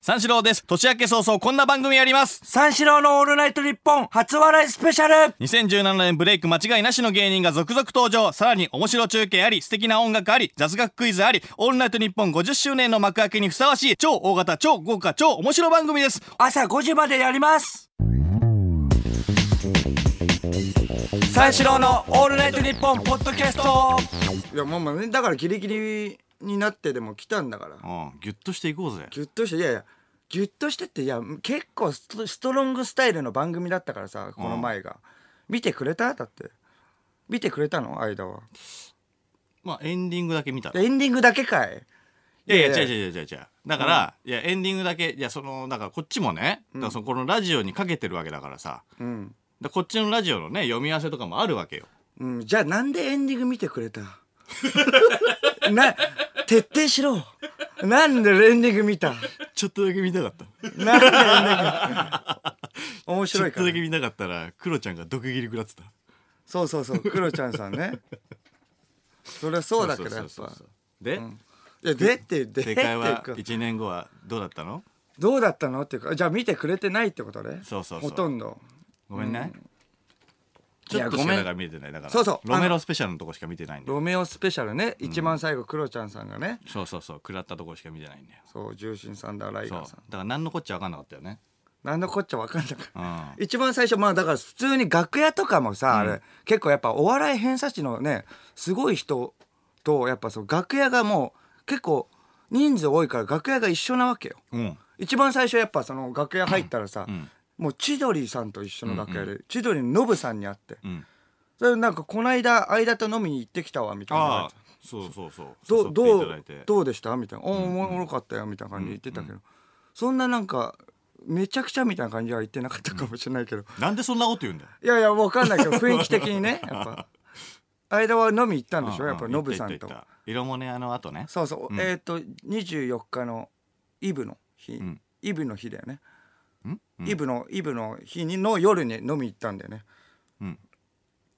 三四郎です。年明け早々こんな番組やります。三四郎のオールナイト日本初笑いスペシャル2017年ブレイク間違いなしの芸人が続々登場。さらに面白中継あり、素敵な音楽あり、雑学クイズあり、オールナイト日本50周年の幕開けにふさわしい、超大型、超豪華、超面白番組です。朝5時までやります三四郎のオールナイト日本ポッドキャストいやまあまあねだからギリギリになってでも来たんだかうらん、ギュッとしていこうぜ。ギュッとしていやいやギュッとしてっていや結構ストストロングスタイルの番組だったからさこの前が、見てくれただって見てくれたの間はまあ、エンディングだけ見たら。いエンディングだけかいやいや、いや違ういや違う違う違う。だから、いや、エンディングだけ、いや、その、だからこっちもね、だからそのこのラジオにかけてるわけだからさ、うん、だからこっちのラジオのね、読み合わせとかもあるわけよ。うん、じゃあなんでエンディング見てくれた な徹底しろなんでエンディング見た ちょっとだけ見たかった。なんでエンディングちょ面白っいかとらだけ見たかったら、クロちゃんが毒斬り食らってた。そうそうそうクロちゃんさんねそりゃそうだけどやっそうそうぱそうそうで、いやでってでってい正うか 解は1年後はどうだったのどうだったのっていうかじゃあ見てくれてないってことねそうそうそうほとんどごめんね、いちょやっとしかごめんだから見れてないだからそうそうロメロスペシャルのとこしか見てないんだよロメオスペシャルね、一番最後クロちゃんさんがねそうそうそう食らったとこしか見てないんだよそう重心サンダーライそガうだーさかんら何のこっちゃ分かんなかったよねなんのこっちゃ分かんなかったうんあ一番最初まあだから普通に楽屋とかもさ、あれ結構やっぱお笑い偏差値のねすごい人とやっぱそう楽屋がもう結構人数多いから楽屋が一緒なわけようん一番最初やっぱその楽屋入ったらさ、うんもう千鳥さんと一緒の楽屋で、千鳥のノブさんに会ってうんそれなんかこの間間と飲みに行ってきたわみたいなああそうそうそうど誘っうていどただいうてどうでしたみたいな「おおおもろかったよ」みたいな感じで言ってたけど、そんななんかめちゃくちゃみたいな感じは言ってなかったかもしれないけど、なんでそんなこと言うんだよいやいやわかんないけど雰囲気的にねやっ ぱ間は飲み行ったんでしょうんうやんっぱノブさ言んったと言った色もねあの後ねそうそう、うんえっ、と24日のイブの日、んイブの日だようね、んうんイブのイブの日にの夜に飲み行ったんだよね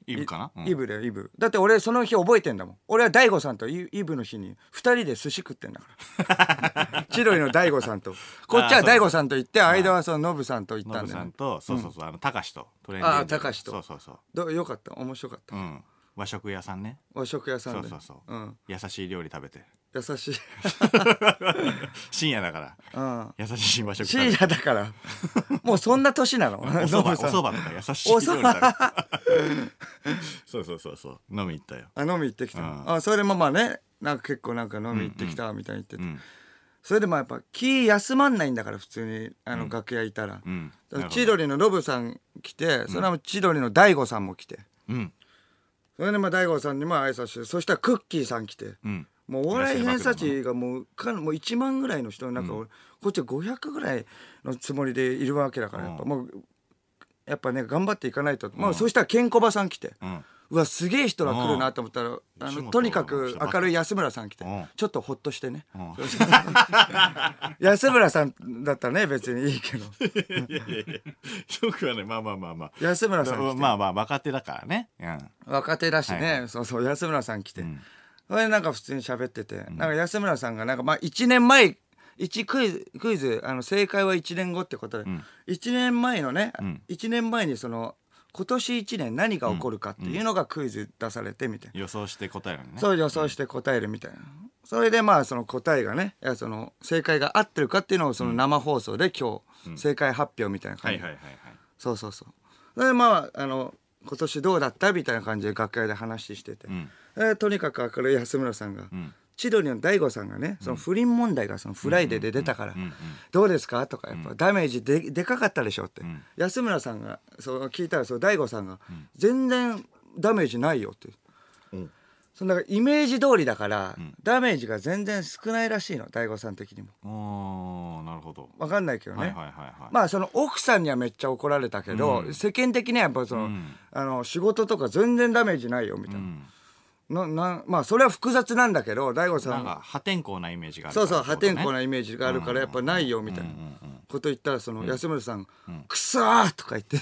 イブかなうんイブだよイブだって俺その日覚えてんだもん俺は大悟さんとイイブの日に2人で寿司食ってんだから 千鳥の大悟さんとこっちは大悟さんと行って間はそのノブさんと行っノたんブださよ、ねん、とそうそうそうあの高志とトレーニングああ高志とそうそうそどうよかった面白かった、ううん和食屋さんね和食屋さんでそうそうそん、優しい料理食べて優しい、深夜だから うん、優しい和食食シべてーラだ からもうそんな年なのおノそばおブさんそばとか優しい料理食べて そうそうそうそう飲み行ったよあ飲み行ってきたうんのあそれでまあまあねなんか結構なんか飲み行ってきたみたいに言ってて、うんそれでまあやっぱ気休まんないんだから普通にあの楽屋いたら,、うん千鳥のロブさん来てそれはもう千鳥の大悟さんも来てうんそれでまあ大悟さんにも挨拶してそしたらクッキーさん来てうんもうお笑い偏差値がもうかもう1万ぐらいの人の中、俺こっちは500ぐらいのつもりでいるわけだからやっぱ、うんもうやっぱね頑張っていかないと、まあ、そしたらケンコバさん来て。うんうわすげえ人が来るなと思ったら、あ吉本のとにかく明るい安村さん来て、うんちょっとほっとしてね、ん安村さんだったらね別にいいけ ど いやいやいやよくはねまあまあまあまあ安村さん来て、まあまあ若手だからねうん若手だしね、そうそう安村さん来て、それでなんか普通に喋ってて、なんか安村さんがなんかまあ1年前一クイズクイズあの正解は1年後ってことで、1年前のね、1年前にその今年1年何が起こるかっていうのがクイズ出されてみたいな。予想して答えるのねそう予想して答えるみたいな、それでまあその答えがねいやその正解が合ってるかっていうのをその生放送で今日正解発表みたいなは感じ、いはいはいそうそうそうそれでまああの今年どうだったみたいな感じで学会で話してて、えーとにかく明るい安村さんが、千鳥の大悟さんがねその不倫問題がそのフライデーで出たから「どうですか?」とかやっぱダメージででかかったでしょって、安村さんがそう聞いたらそう大悟さんが「全然ダメージないよ」って。そのなんかイメージ通りだから、ダメージが全然少ないらしいの大悟さん的にもはいおーなるほど分かんないけどね、はいはいはいはいまあその奥さんにはめっちゃ怒られたけど、世間的にはやっぱその,、あの仕事とか全然ダメージないよみたいな,、ななまあそれは複雑なんだけど大悟さなんんがか破天荒なイメージがあるそうそうから破ってこと天ね荒なイメージがあるからやっぱないよみたいなこと言ったらその安村さん「くそー!」とか 言って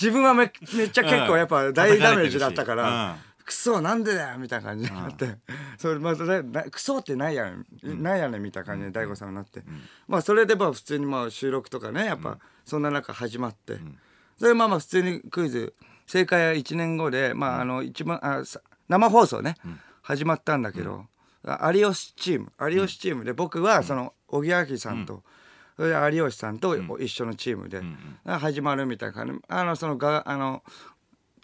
自分はめめっちゃ結構やっぱ大ダメージだったか叩かれてらクソなんでだよみたいな感じになって、 それまたねなクソってないやん、なんやねんみたいな感じで大悟さんになって、まあそれでまあ普通にまあ収録とかねやっぱそんな中始まって、それまあまあ普通にクイズ正解は1年後でまああの一番あさ生放送ね、始まったんだけど、あ有吉チーム有吉チームで僕はその小木明さんと、それで有吉さんと一緒のチームで、始まるみたいな感じあのそのがあの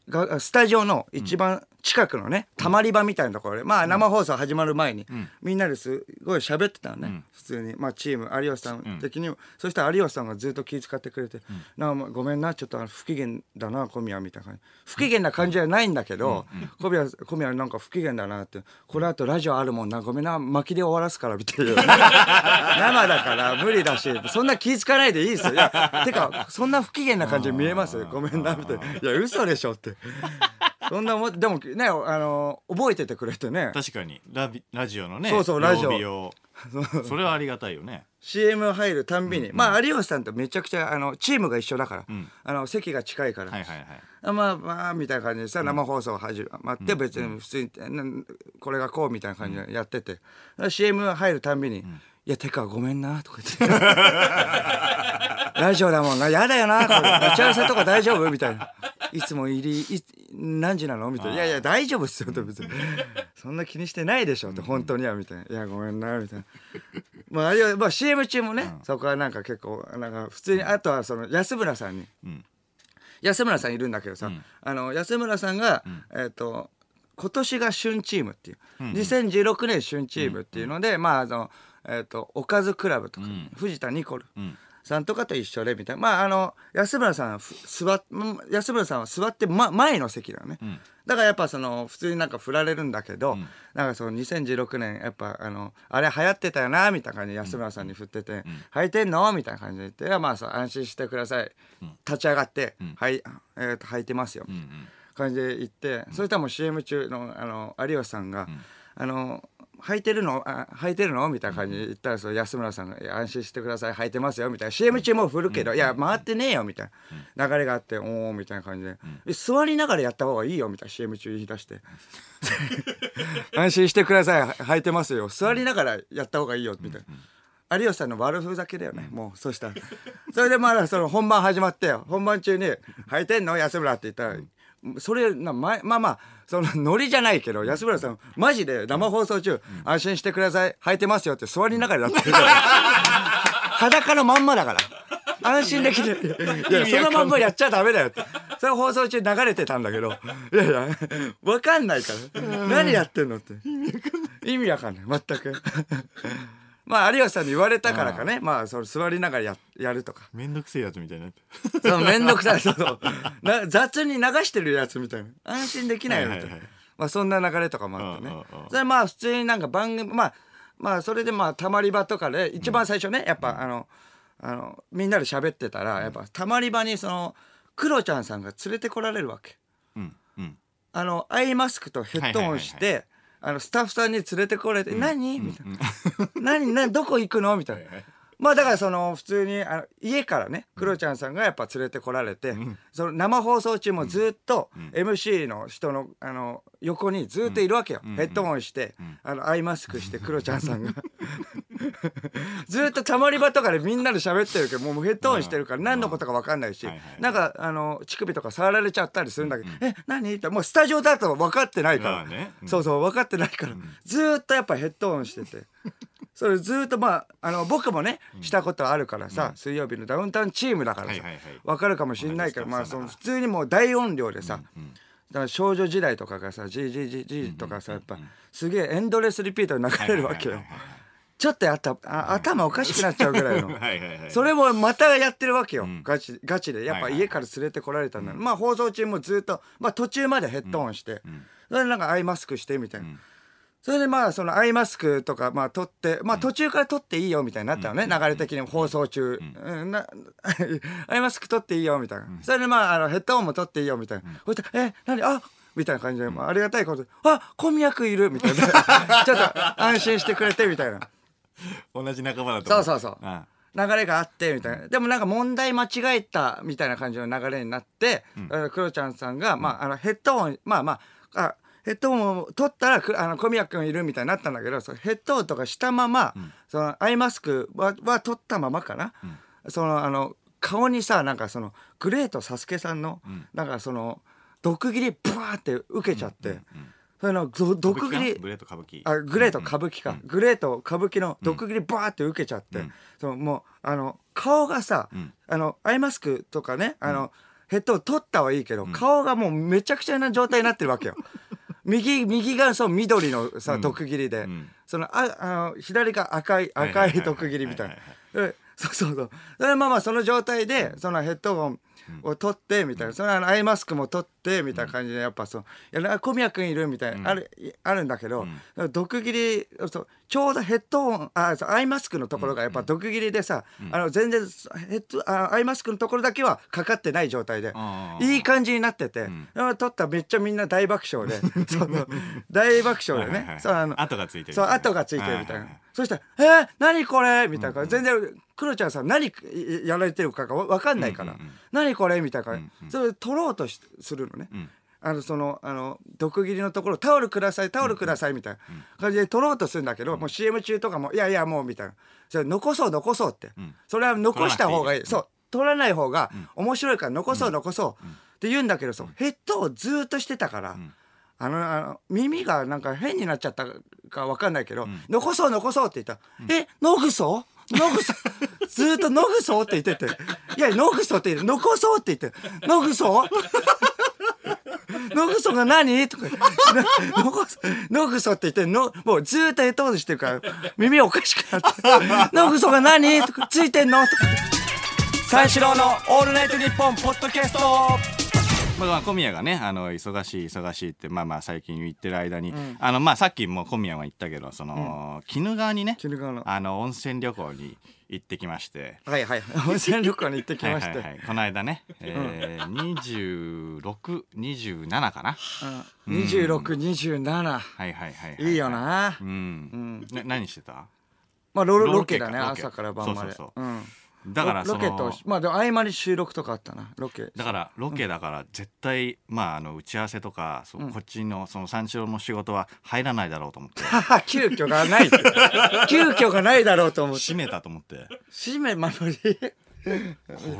がスタジオの一番近くのね、たまり場みたいなところで、まあ、生放送始まる前に、みんなですごい喋ってたのね、普通に、まあ、チーム有吉さん的にも、そしたら有吉さんがずっと気遣ってくれて「なあまあごめんなちょっとあの不機嫌だな小宮」みたいな感じ不機嫌な感じじゃないんだけど、小宮小宮なんか不機嫌だなって「このあとラジオあるもんなごめんな巻きで終わらすから」みたいな生だから無理だしそんな気遣わないでいいですよ いやてかそんな不機嫌な感じに見えますごめんなみたいな「いや嘘でしょ」って。そんなもんでもねあの覚えててくれてね確かにラビラジオのねそうそうラジオ曜日を それはありがたいよね CM 入るたんびに、まあ有吉さんとめちゃくちゃあのチームが一緒だから、あの席が近いから、はいはいはいあまあまあみたいな感じでさ生放送始まって別に普通に、なんこれがこうみたいな感じでやってて、CM 入るたんびに「いやてかごめんな」とか言って 「ラジオだもんなやだよなこれ待ち合わせとか大丈夫?」みたいな「いつも入りい何時なの?」みたいな「いやいや大丈夫っすよ」と別に「そんな気にしてないでしょ」って本当にはみたいな「いやごめんな」みたいな。まあ、あれは、まあ、CM 中もね、そこはなんか結構なんか普通にあとはその安村さんに、安村さんいるんだけどさ、あの安村さんが、えっ、と今年が旬チームっていう、2016年旬チームっていうので、まああのえっ、とおかずクラブとか、藤田ニコル。さんとかと一緒でみたいなまああの安村さんはふ座っ安村さんは座って、ま、前の席だよね、だからやっぱその普通になんか振られるんだけど、なんかその2016年やっぱあのあれ流行ってたよなみたいな感じで安村さんに振ってて「履いてんの?」みたいな感じで言っていや「まあそう安心してください」立ち上がって「はい、えーと履いてますよ」みたいな感じで言って、そしたらもう CM 中のあの有吉さんが「あの履いてるのあ履いてるの?」みたいな感じで言ったらその安村さんがいや「安心してください履いてますよ」みたいな CM 中も振るけど「いや回ってねえよ」みたいな流れがあって「おお」みたいな感じで「座りながらやった方がいいよ」みたいな CM 中言い出して 「安心してください履いてますよ座りながらやった方がいいよ」みたいな。有吉さんの悪ふざけだよね、もうそしたら それでまだその本番始まって本番中に「履いてんの安村」って言ったらそれなままあまあそのノリじゃないけど安村さんマジで生放送中、安心してください履いてますよって座りながらや ってるから裸のまんまだから安心できていやそのまんまやっちゃダメだよってそれ放送中流れてたんだけどいやいや分かんないから何やってんのって意味わかんない全くまあ有吉さんに言われたからかねまあその座りながらややるとかめんどくせえやつみたいになってそう、めんど くさい。そうそう。 な雑に流してるやつみたいな。安心できないよみたいはいなはいはい。まあ、そんな流れとかもあってねうんうんうん。それまあ、普通になんか番組、まあ、まあ、それでまあ、たまり場とかで、一番最初ね、やっぱあの、あの、みんなで喋ってたら、やっぱたまり場にその、クロちゃんさんが連れてこられるわけ。うんうんあの、アイマスクとヘッドホンしはて、あの、スタッフさんに連れてこられて、何みたいな。何何どこ行くのみたいな。まあだからその普通にあの家からねクロちゃんさんがやっぱ連れてこられて、その生放送中もずっと MC の人のあの横にずっといるわけよ、ヘッドホンして、あのアイマスクしてクロちゃんさんが ずっとたまり場とかでみんなで喋ってるけどもうヘッドホンしてるから何のことか分かんないし、はいはいはいなんかあの乳首とか触られちゃったりするんだけど「え何?」ってもうスタジオだと分かってないから、まあねうんそうそう分かってないから、ずーっとやっぱヘッドホンして て。それずーっとまああの僕もねしたことあるからさ、水曜日のダウンタウンチームだからはいさ、はいはいわかるかもしんないけど、同じまあスタそッフさんだからの普通にもう大音量でさ、だから少女時代とかがさ「じじじじ」とかさやっぱすげえエンドレスリピートに流れるわけよはいはいはいはいちょっとやったあ頭おかしくなっちゃうぐらいのはいはいはいそれもまたやってるわけよ、んガチガチでやっぱはいはい家から連れてこられたんだ、まあ放送中もずっと、まあ、途中までヘッドホンして、それでなんかアイマスクしてみたいな、それでまあそのアイマスクとかまあ取ってまあ途中から取っていいよみたいになったのね、流れ的にも放送中、うんな アイマスク取っていいよみたいな、それでまああのヘッドホンも取っていいよみたいな、そしたら「え何あみたいな感じで、まあ、ありがたいことで「あ小宮君いる」 みたいなちょっと安心してくれてみたいな。同じ仲間だとそ思うそうそうあ流れがあってみたいなでもなんか問題間違えたみたいな感じの流れになって、えークロちゃんさんが、まあ、あのヘッドホンまあまああヘッドホンを取ったらくあの小宮君いるみたいになったんだけどそのヘッドホンとかしたまま、そのアイマスクはは取ったままかな、そのあの顔にさなんかそのグレートサスケさんの、なんかその毒斬りブワーって受けちゃって、それのど毒斬りグレート歌舞伎あグレート歌舞伎か、グレート歌舞伎の毒斬りバーって受けちゃって、そのもうあの顔がさ、あのアイマスクとかねあの、ヘッドを取ったはいいけど、顔がもうめちゃくちゃな状態になってる わけよ右右がそう緑のさ、毒斬りで、そのああの左が赤いはいは赤いはいい毒斬りみたいな。でそうそうそうそれまあまあその状態でそのヘッドホンを取ってみたいな、それはあのアイマスクも取ってみたいな感じでやっぱそう「いや小宮君いる」みたいな、あるいあるんだけど、毒斬りそうちょうどヘッドホンあそうアイマスクのところがやっぱ毒斬りでさ、あの全然ヘッドあアイマスクのところだけはかかってない状態であーいい感じになってて、取ったらめっちゃみんな大爆 笑でその大爆笑ではいはいはねいそうあの跡がついてるそう跡がついてるみたいな。はいはいはいそしたら「えー、何これ?」みたいな、全然クロちゃんさ何いやられてるかが分かんないから「何これ?」みたいな、それ取ろうとしするのね。あのそのあの毒斬りのところ「タオルくださいタオルください」みたいな感じで取ろうとするんだけど、もう CM 中とかも「いやいやもう」みたいなそれ残そう残そうって、それは残した方がい取らなくていい、いそう取らない方が面白いから残そう残そう、って言うんだけどそうヘッドをずーっとしてたから。あのあの耳がなんか変になっちゃったかわかんないけど、残そう残そうって言ったら、えノグソノ グソずーっとノグソって言ってていやノグソって言って残そうって言ってノグソノグソが何とかなノグソノグソって言ってのもうずーっとヘッドホンしてるから 耳おかしくなってノグソが何とかついてんのとか三四郎のオールナイトニッポンポッドキャストまあまあ、小宮がねあの忙しい忙しいってまあまあ最近言ってる間に、あのまあさっきも小宮は言ったけどその鬼怒、川にね鬼怒川のあの温泉旅行に行ってきまして。はいはい温泉旅行に行ってきまして、はいはいはい、この間ね、えー、2627かなうん、は2627いはいはいはいいいよな、うん、な何してたまあロロロロケケかだねロケ朝から晩までそうそうそうんだからロそロのケとまあでも合間に収録とかあったなロケだからロケだから絶対、まああの打ち合わせとかそうこっちのその三四郎の仕事は入らないだろうと思って急遽がない 急遽がないだろうと思って閉めたと思って閉め まのりこ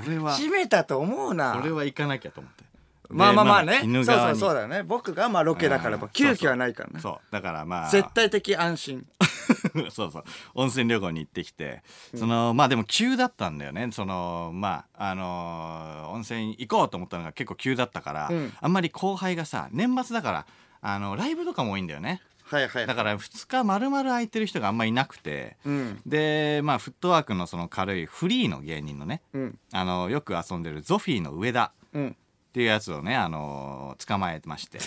れは閉めたと思うなこれは行かなきゃと思ってまあでまあまあねそ犬うそ側うにそうだよね僕がまあロケだからうん急遽はないからねそうだからまあ絶対的安心 そうそう温泉旅行に行ってきてそのまあでも急だったんだよねそのまああのー温泉行こうと思ったのが結構急だったから、うんあんまり後輩がさ年末だからあのライブとかも多いんだよねはいはいだから2日丸々空いてる人があんまりいなくて、うんでまあフットワークのその軽いフリーの芸人のね、うんあのよく遊んでるゾフィーの上田うんっていうやつをね、あのー捕まえてま して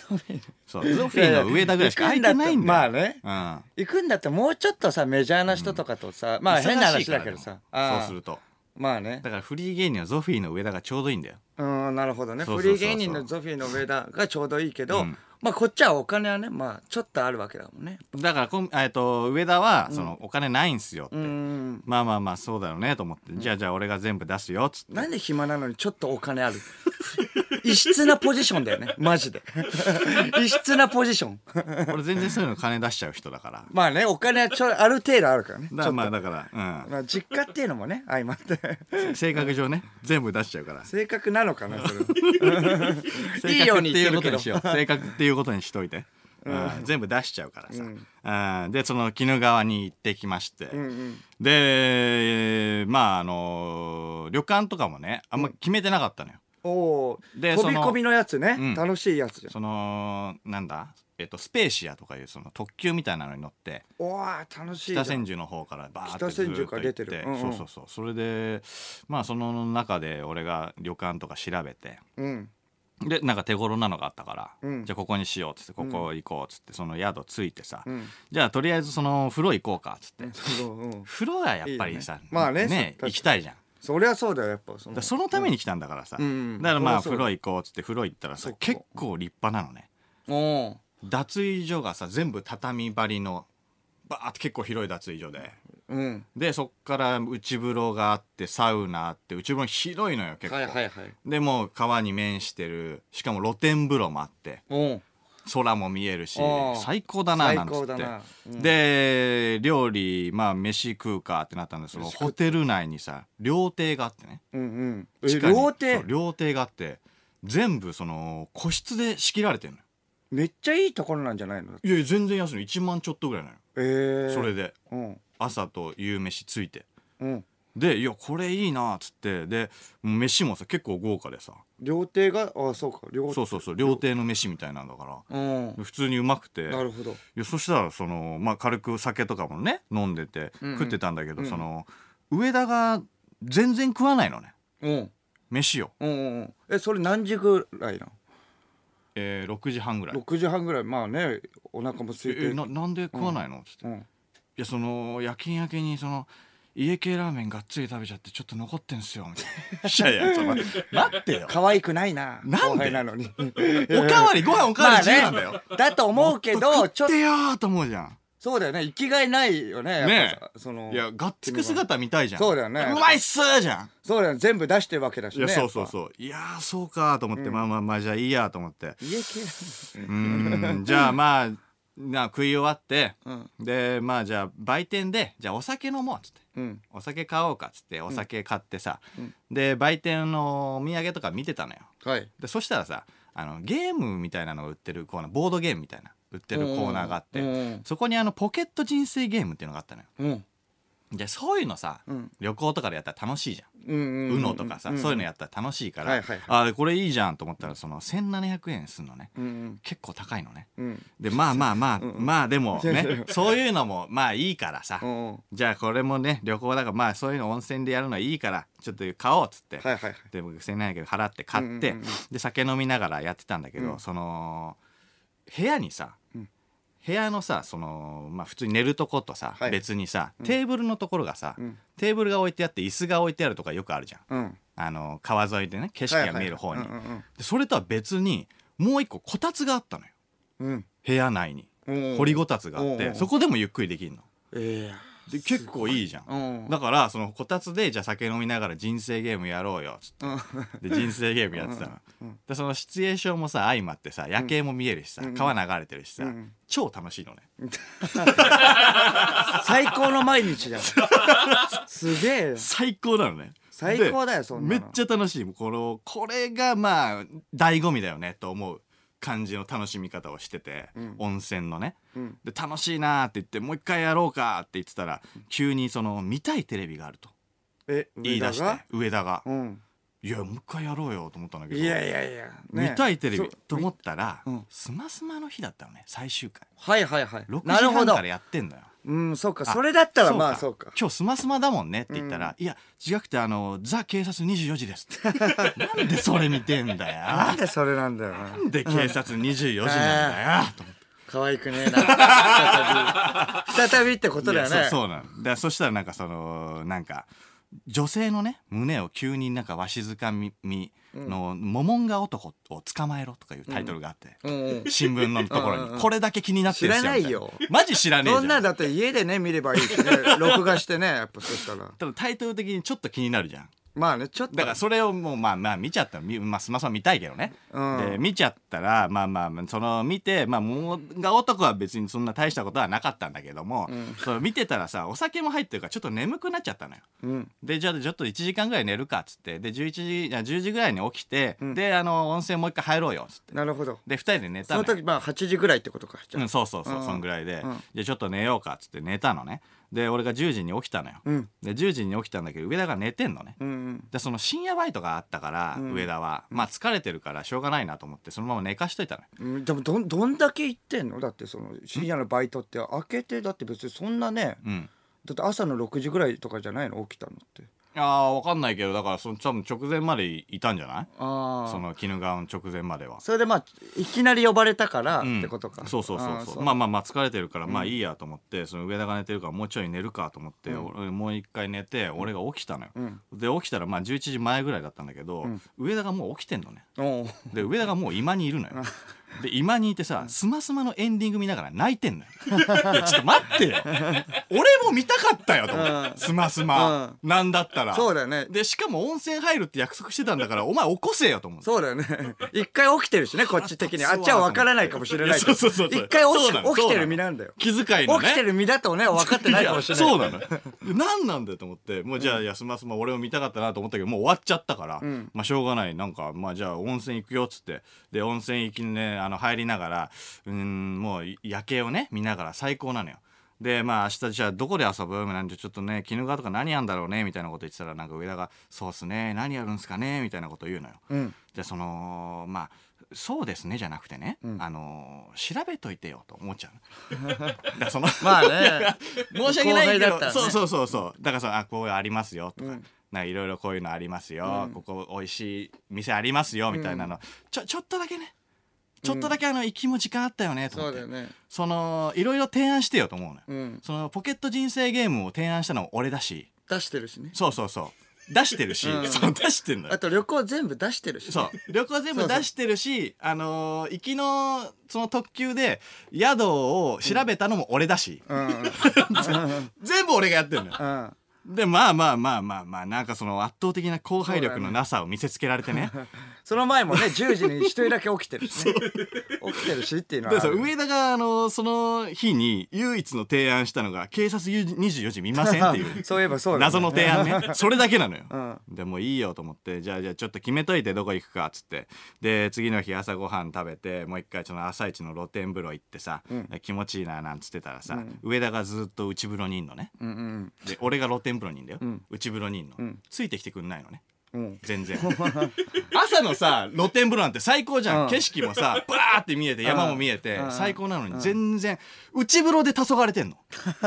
そうゾフィーの上田ぐらいしか空いてないんだよまあねうん行くんだってもうちょっとさメジャーな人とかとさまあ変な忙しいか話らだけどさでもそうあするあとまあねだからフリー芸人はゾフィーの上田がちょうどいいんだようんなるほどねそうそうフそうリそうー芸人のゾフィーの上田がちょうどいいけど、うんまあこっちはお金はねまあちょっとあるわけだもんねだからこん、えっと上田はその、お金ないんすよって、うんまあまあまあそうだよねと思って、じゃあじゃあ俺が全部出すよっつってなんで暇なのにちょっとお金ある異質なポジションだよねマジで異質なポジション俺全然そういうの金出しちゃう人だからまあねお金はちょある程度あるからねだからちょっとまあだから、まあ実家っていうのもね相まってうん、性格上ね全部出しちゃうから性格なのかなそれ 性いいよ格うってに言いうってこるとけどにしよう性格っていうことにしといて、うん全部出しちゃうからさ、うん、でその鬼怒川に行ってきまして、でまああの旅館とかもねあんま決めてなかったのよ、おおで飛びその込みのやつね、うん楽しいやつじゃんそのなんだえっとスペーシアとかいうその特急みたいなのに乗っておお楽しいじゃ北千ん住の方からバーって北ず千ー住っとから行って出てるうんうんそうそうそうそれでまあその中で俺が旅館とか調べてうんでなんか手頃なのがあったから、うんじゃあここにしようっつってここ行こうっつってその宿ついてさ、うんじゃあとりあえずその風呂行こうかっつって、そううん風呂はやっぱりさいいよねまあねそう確かに行きたいじゃんだかそりゃそうだよやっぱそのらそのために来たんだからさ、うんだからまあそ風りゃそうだ呂行こうっつって風呂行ったらさそっか結構立派なのねお脱衣所がさ全部畳張りのバーって結構広い脱衣所でおうんでそっから内風呂があってサウナあって内風呂広いのよ結構、はいはいはいでもう川に面してるしかも露天風呂もあっておう空も見えるしうん最高だななんつっ最高てだなうんで料理まあ飯食うかってなったんですけどホテル内にさ料亭があってねうんうん地え下に料そ亭う料亭があって全部その個室で仕切られてるのよめっちゃいいところなんじゃないのいやいや全然安いの1万ちょっとぐらいなのよえーそれでうん朝と夕飯ついてうんでいやこれいいなっつってで飯もさ結構豪華でさ料亭があそうか料そうそうそう料亭の飯みたいなんだかうんら普通にうまくてなるほどいやそしたらその、まあ、軽く酒とかもね飲んでてうんうん食ってたんだけど、うんその上田が全然食わないのねうん飯を、うんうんうんえそれ何時ぐらいなのえー、6時半ぐらい6時半ぐらいまあねお腹も「え空いてえななんで食わないの?」っつって「ういんやその夜勤明けにその家系ラーメンがっつり食べちゃってちょっと残ってんすよ」みたいな 「いやいやその待ってよ可愛くないななんで後輩なのにおかわりご飯おかわり自由なんだよ」だと思うけどち食っょっとてよーと思うじゃんそうだよね生きがいないよねやっぱさそのいやがっつく姿見たいじゃんそうだよねうまいっすーじゃんそうだよね全部出してるわけだしいねやそうそううそういやーそうかと思って、まあまあまあじゃあいいやと思って家う系ーんじゃあまあな食い終わって、うんでまあじゃあ売店でじゃあお酒飲もうっつってうんお酒買おうかっつってお酒買ってさ、で売店のお土産とか見てたのよはいでそしたらさあのゲームみたいなのが売ってるコーナーボードゲームみたいな売ってるコーナーがあって、うんうんそこにあのポケット人生ゲームっていうのがあったのようんでそういうのさ、うん旅行とかでやったら楽しいじゃんうんうんうん UNO とかさ、そういうのやったら楽しいから、はいはいはいあーこれいいじゃんと思ったらその1700円すんのね、うん結構高いのねうんうんでまあまあまあ、まあでも いやいやいねそういうのもまあいいからさ、うんうんじゃあこれもね旅行だからまあそういうの温泉でやるのはいいからちょっと買おうっつって、はいはいはいで僕1700円払って買って、うんうんうんで酒飲みながらやってたんだけど、うんその部屋にさ、ん部屋のさその、まあ、普通に寝るとことさ、はい別にさテーブルのところがさ、んテーブルが置いてあって椅子が置いてあるとかよくあるじゃん。うんあの川沿いでね景色が見える方に、はいはいはいうんうんうんでそれとは別にもう一個こたつがあったのようん部屋内にうん掘りごたつがあっうんうてんそこでもゆっくりできるのえで結構いいじゃえうんんだからそのこたつでじゃあ酒飲みながら人生ゲームやろうよつっうんてで人生ゲームやってたのでそのシチュエーションもさ相まってさ夜景も見えるしさ川流れてるしさうん超楽しいのね 最高の毎日だよすげえよ最高なのね最高だよそんなめのっちゃ楽しいもうこのこれがまあ醍醐味だよねと思う感じの楽しみ方をしてて、ん温泉のね、うんで楽しいなーって言ってもう一回やろうかって言ってたら急にその見たいテレビがあるとえ言い出して上田がうん「いやもう一回やろうよ」と思ったんだけどいやいやいやね見たいテレそビと思ったらうん「スマスマの日だったのね最終回はいはいはい6時なるほ半どからやってんのようんそうかあそれだったらまあそうか今日スマスマだもんねって言ったら、いや違くてあのザ警察24時ですって なんでそれ見てんだよなんでそれなんだよななんで警察24時なんだよと思って可愛くねえな 再び再びってこといだやよそうそうねなんだからそしたらなんかそのなんか女性のね胸を急になんかわしづかみの「モモンガ男を捕まえろ」とかいうタイトルがあって、うんうん新聞のとこうんうんろうに「んこれだけ気になってるっす知らないよみたなマジ知らねえじゃそんんなんだって家でね見ればいいし ね録画してねやっぱそしたらただタイトル的にちょっと気になるじゃんまあねちょっとだからそれをもうまあまあ見ちゃったのみまあスマスマ見たいけどね、うんで見ちゃったらまあまあまあその見てまあもが男は別にそんな大したことはなかったんだけども、その見てたらさお酒も入ってるからちょっと眠くなっちゃったのよ。うんでじゃあちょっと1時間ぐらい寝るかっつってで11時いや10時ぐらいに起きて、であの温泉もう一回入ろうよっつってなるほどで2人で寝たのそのよ時まあ8時ぐらいってことかじゃうあん、そうそうそう、うんそんぐらいで、うんじゃあちょっと寝ようかっつって寝たのねで俺が10時に起きたのよ、うんで10時に起きたんだけど上田が寝てんのね、うんうんでその深夜バイトがあったから、ん上田はまあ疲れてるからしょうがないなと思ってそのまま寝かしといたのようんでもどんどんだけ行ってんのだってその深夜のバイトって開けてだって別にそんなねうんだって朝の6時ぐらいとかじゃないの起きたのってあーわかんないけどだからその多分直前までいたんじゃないあその鬼怒川の直前まではそれでまあいきなり呼ばれたからっうんてことか、そうそうそうあーそうまあまあまあ疲れてるからまあいいやと思って、その上田が寝てるからもうちょい寝るかと思って、俺もう一回寝て俺が起きたのよ、んで起きたらまあ11時前ぐらいだったんだけど、上田がもう起きてんのねおうで上田がもう今にいるのよで今にいてさ「スマスマのエンディング見ながら泣いてんのよいやちょっと待ってよ俺も見たかったよと思って「スマスマ、なんだったらそうだよねでしかも温泉入るって約束してたんだからお前起こせよと思うそうだ よね一回起きてるしねこっち的にあっちは分からないかもしれないけいどやそうそうそうそう一回起そうなのき起きてる身なんだよ気遣いの起ねきてる身だとね分かってないかもしれないそうなのよ何なんだよと思ってもうじゃあ休ますま俺も見たかったなと思ったけどもう終わっちゃったから、まあしょうがないなんかまあじゃあ温泉行くよっつってで温泉行きにねあの入りながらうーんもう夜景をね見ながら最高なのよでまあ明日じゃあどこで遊ぶなんてちょっとね鬼怒川とか何やんだろうねみたいなこと言ってたらなんか上田が「そうっすね何やるんすかね」みたいなこと言うのよ。うんでそのまあそうですねじゃなくてね、あの調べといてよと思っちゃうのだからそのまあね 申し訳ないけど、後輩だったらねそうそうそうそうだからそのあこういうのありますよとか、うんなんかいろいろこういうのありますよ、ここ美味しい店ありますよみたいなの、ちょちょっとだけねちょっとだけあの行きも時間あったよねとそ思っうて、だよねそのいろいろ提案してよと思うのよ、うんそのポケット人生ゲームを提案したのは俺だし出してるしねそうそうそう出してるし、うんそう出してんのよあと旅行全部出してるしねそう旅行全部出してるしあのー行きのその特急で宿を調べたのも俺だし、うんうん全部俺がやってるのようんでまあまあまあまあまあなんかその圧倒的な後輩力のなさを見せつけられてねその前 もね10時に一人だけ起きてるしね起きてるしっていうのはであさる上田があのその日に唯一の提案したのが「警察24時見ません」っていう そういえばそうだね謎の提案ね それだけなのよ、うんでもういいよと思ってじゃあじゃあちょっと決めといてどこ行くかっつってで次の日朝ごはん食べてもう一回その朝一の露天風呂行ってさ、気持ちいいななんつってたらさ、上田がずっと内風呂にいんのねうんうんで俺が露天風呂にいんだよ、内風呂にいんの、 んついてきてくんないのねうん全 然朝のさ露天風呂なんて最高じゃん、うん景色も さバーって見えて山も見えて、うん最高なのに全然内風呂で黄昏てんの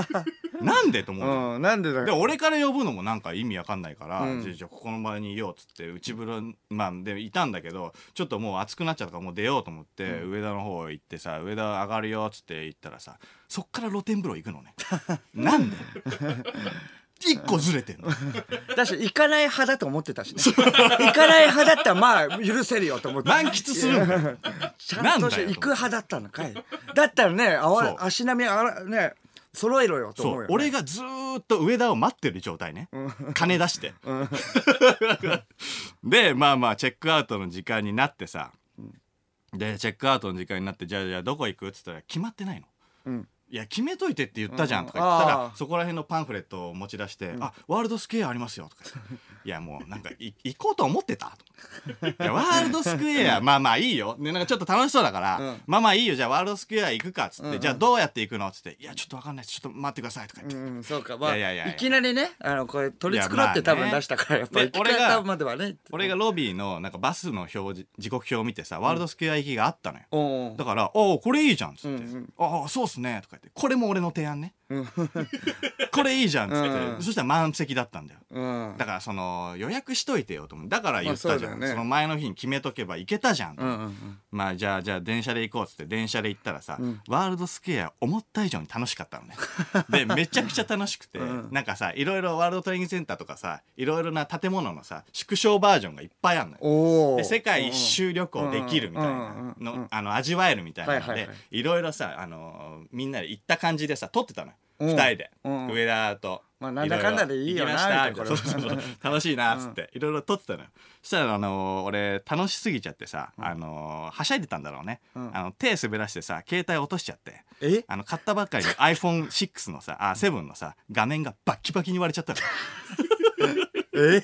なんでと思うの、うんなんでだで俺から呼ぶのもなんか意味わかんないから、うんじゃあじゃあここの場にいようっつって内風呂まあでいたんだけどちょっともう暑くなっちゃったからもう出ようと思って、上田の方行ってさ上田上がるよっつって行ったらさそっから露天風呂行くのね なん で一個ずれてんのだし行かない派だと思ってたしね行かない派だったらまあ許せるよと思って満喫するんだよちゃんなんとだしよと思ってて行く派だったのかいだったらねあわそう足並みあらね揃えろよとそ思うようね俺がずーっと上田を待ってる状態ね、金出して、でまあまあチェックアウトの時間になってさ、でチェックアウトの時間になってじゃあじゃあどこ行くっつったら決まってないの、んいや決めといてって言ったじゃんとか言ったら、うんあーそこら辺のパンフレットを持ち出して「あワールドスクエアありますよ」とか言って「いやもうなんかい行こうと思ってた」といやワールドスクエアまあまあいいよ」でなんかちょっと楽しそうだから「うんまあまあいいよじゃあワールドスクエア行くか」っつって、うんうんじゃあどうやって行くの?」っつって「いやちょっとわかんないですちょっと待ってください」とか言って。うん、そうか、まあ、いいやいやいやきなりね、あの、これ取り繕っていや多まあね分出したから、やっぱり、で俺が行き方まではね。俺がロビーのなんかバスの表示時刻表を見てさワールドスクエア行きがあったのよ、おうだから「おおこれいいじゃん」っつって「うんうんああそうっすね」とか言って「これも俺の提案ね これいいじゃん」っつって、うんうんそしたら満席だったんだようん、うんだ、からその予約しといてよと思うだから言ったじゃん、まあそうそだよねの前の日に決めとけば行けたじゃん、うん、うん、まあじゃあじゃあ電車で行こうっつって電車で行ったらさ、ワールドスクエア思った以上に楽しかったの ねでめちゃくちゃ楽しくて、なんかさいろいろワールドトレーニングセンターとかさいろいろな建物のさ縮小バージョンがいっぱいあるのよおお。で世界一周旅行できるみたいなうんうんうんうのんあの味わえるみたいなのはいはいではいいろいろさあのーみんなで行った感じでさ撮ってたのようん2人でうん上田と。まあなんだかんだでいいよな行きましたみたいなそうそうそう楽しいなっつっていろいろ撮ってたのよそしたらあのー俺楽しすぎちゃってさあのーはしゃいでたんだろうねあの手滑らしてさ携帯落としちゃってえあの買ったばっかりの iPhone6 のさあ7のさ画面がバッキバキに割れちゃったのよえ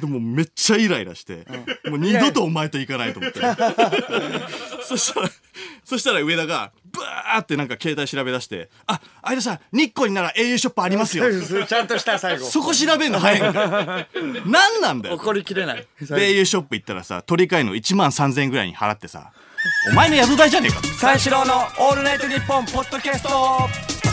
でもめっちゃイライラして、もう二度とお前と行かないと思って。そしたら、そしたら上田が、ブワーってなんか携帯調べ出して、あ、相田さん、日光になら au ショップありますよ。 ちゃんとした最後。そこ調べんの早いんだよ。何なんだよ。怒りきれない。で au ショップ行ったらさ、取り替えの1万3000円ぐらいに払ってさ、お前の宿代じゃねえかと。三四郎の「オールナイトニッポン」ポッドキャスト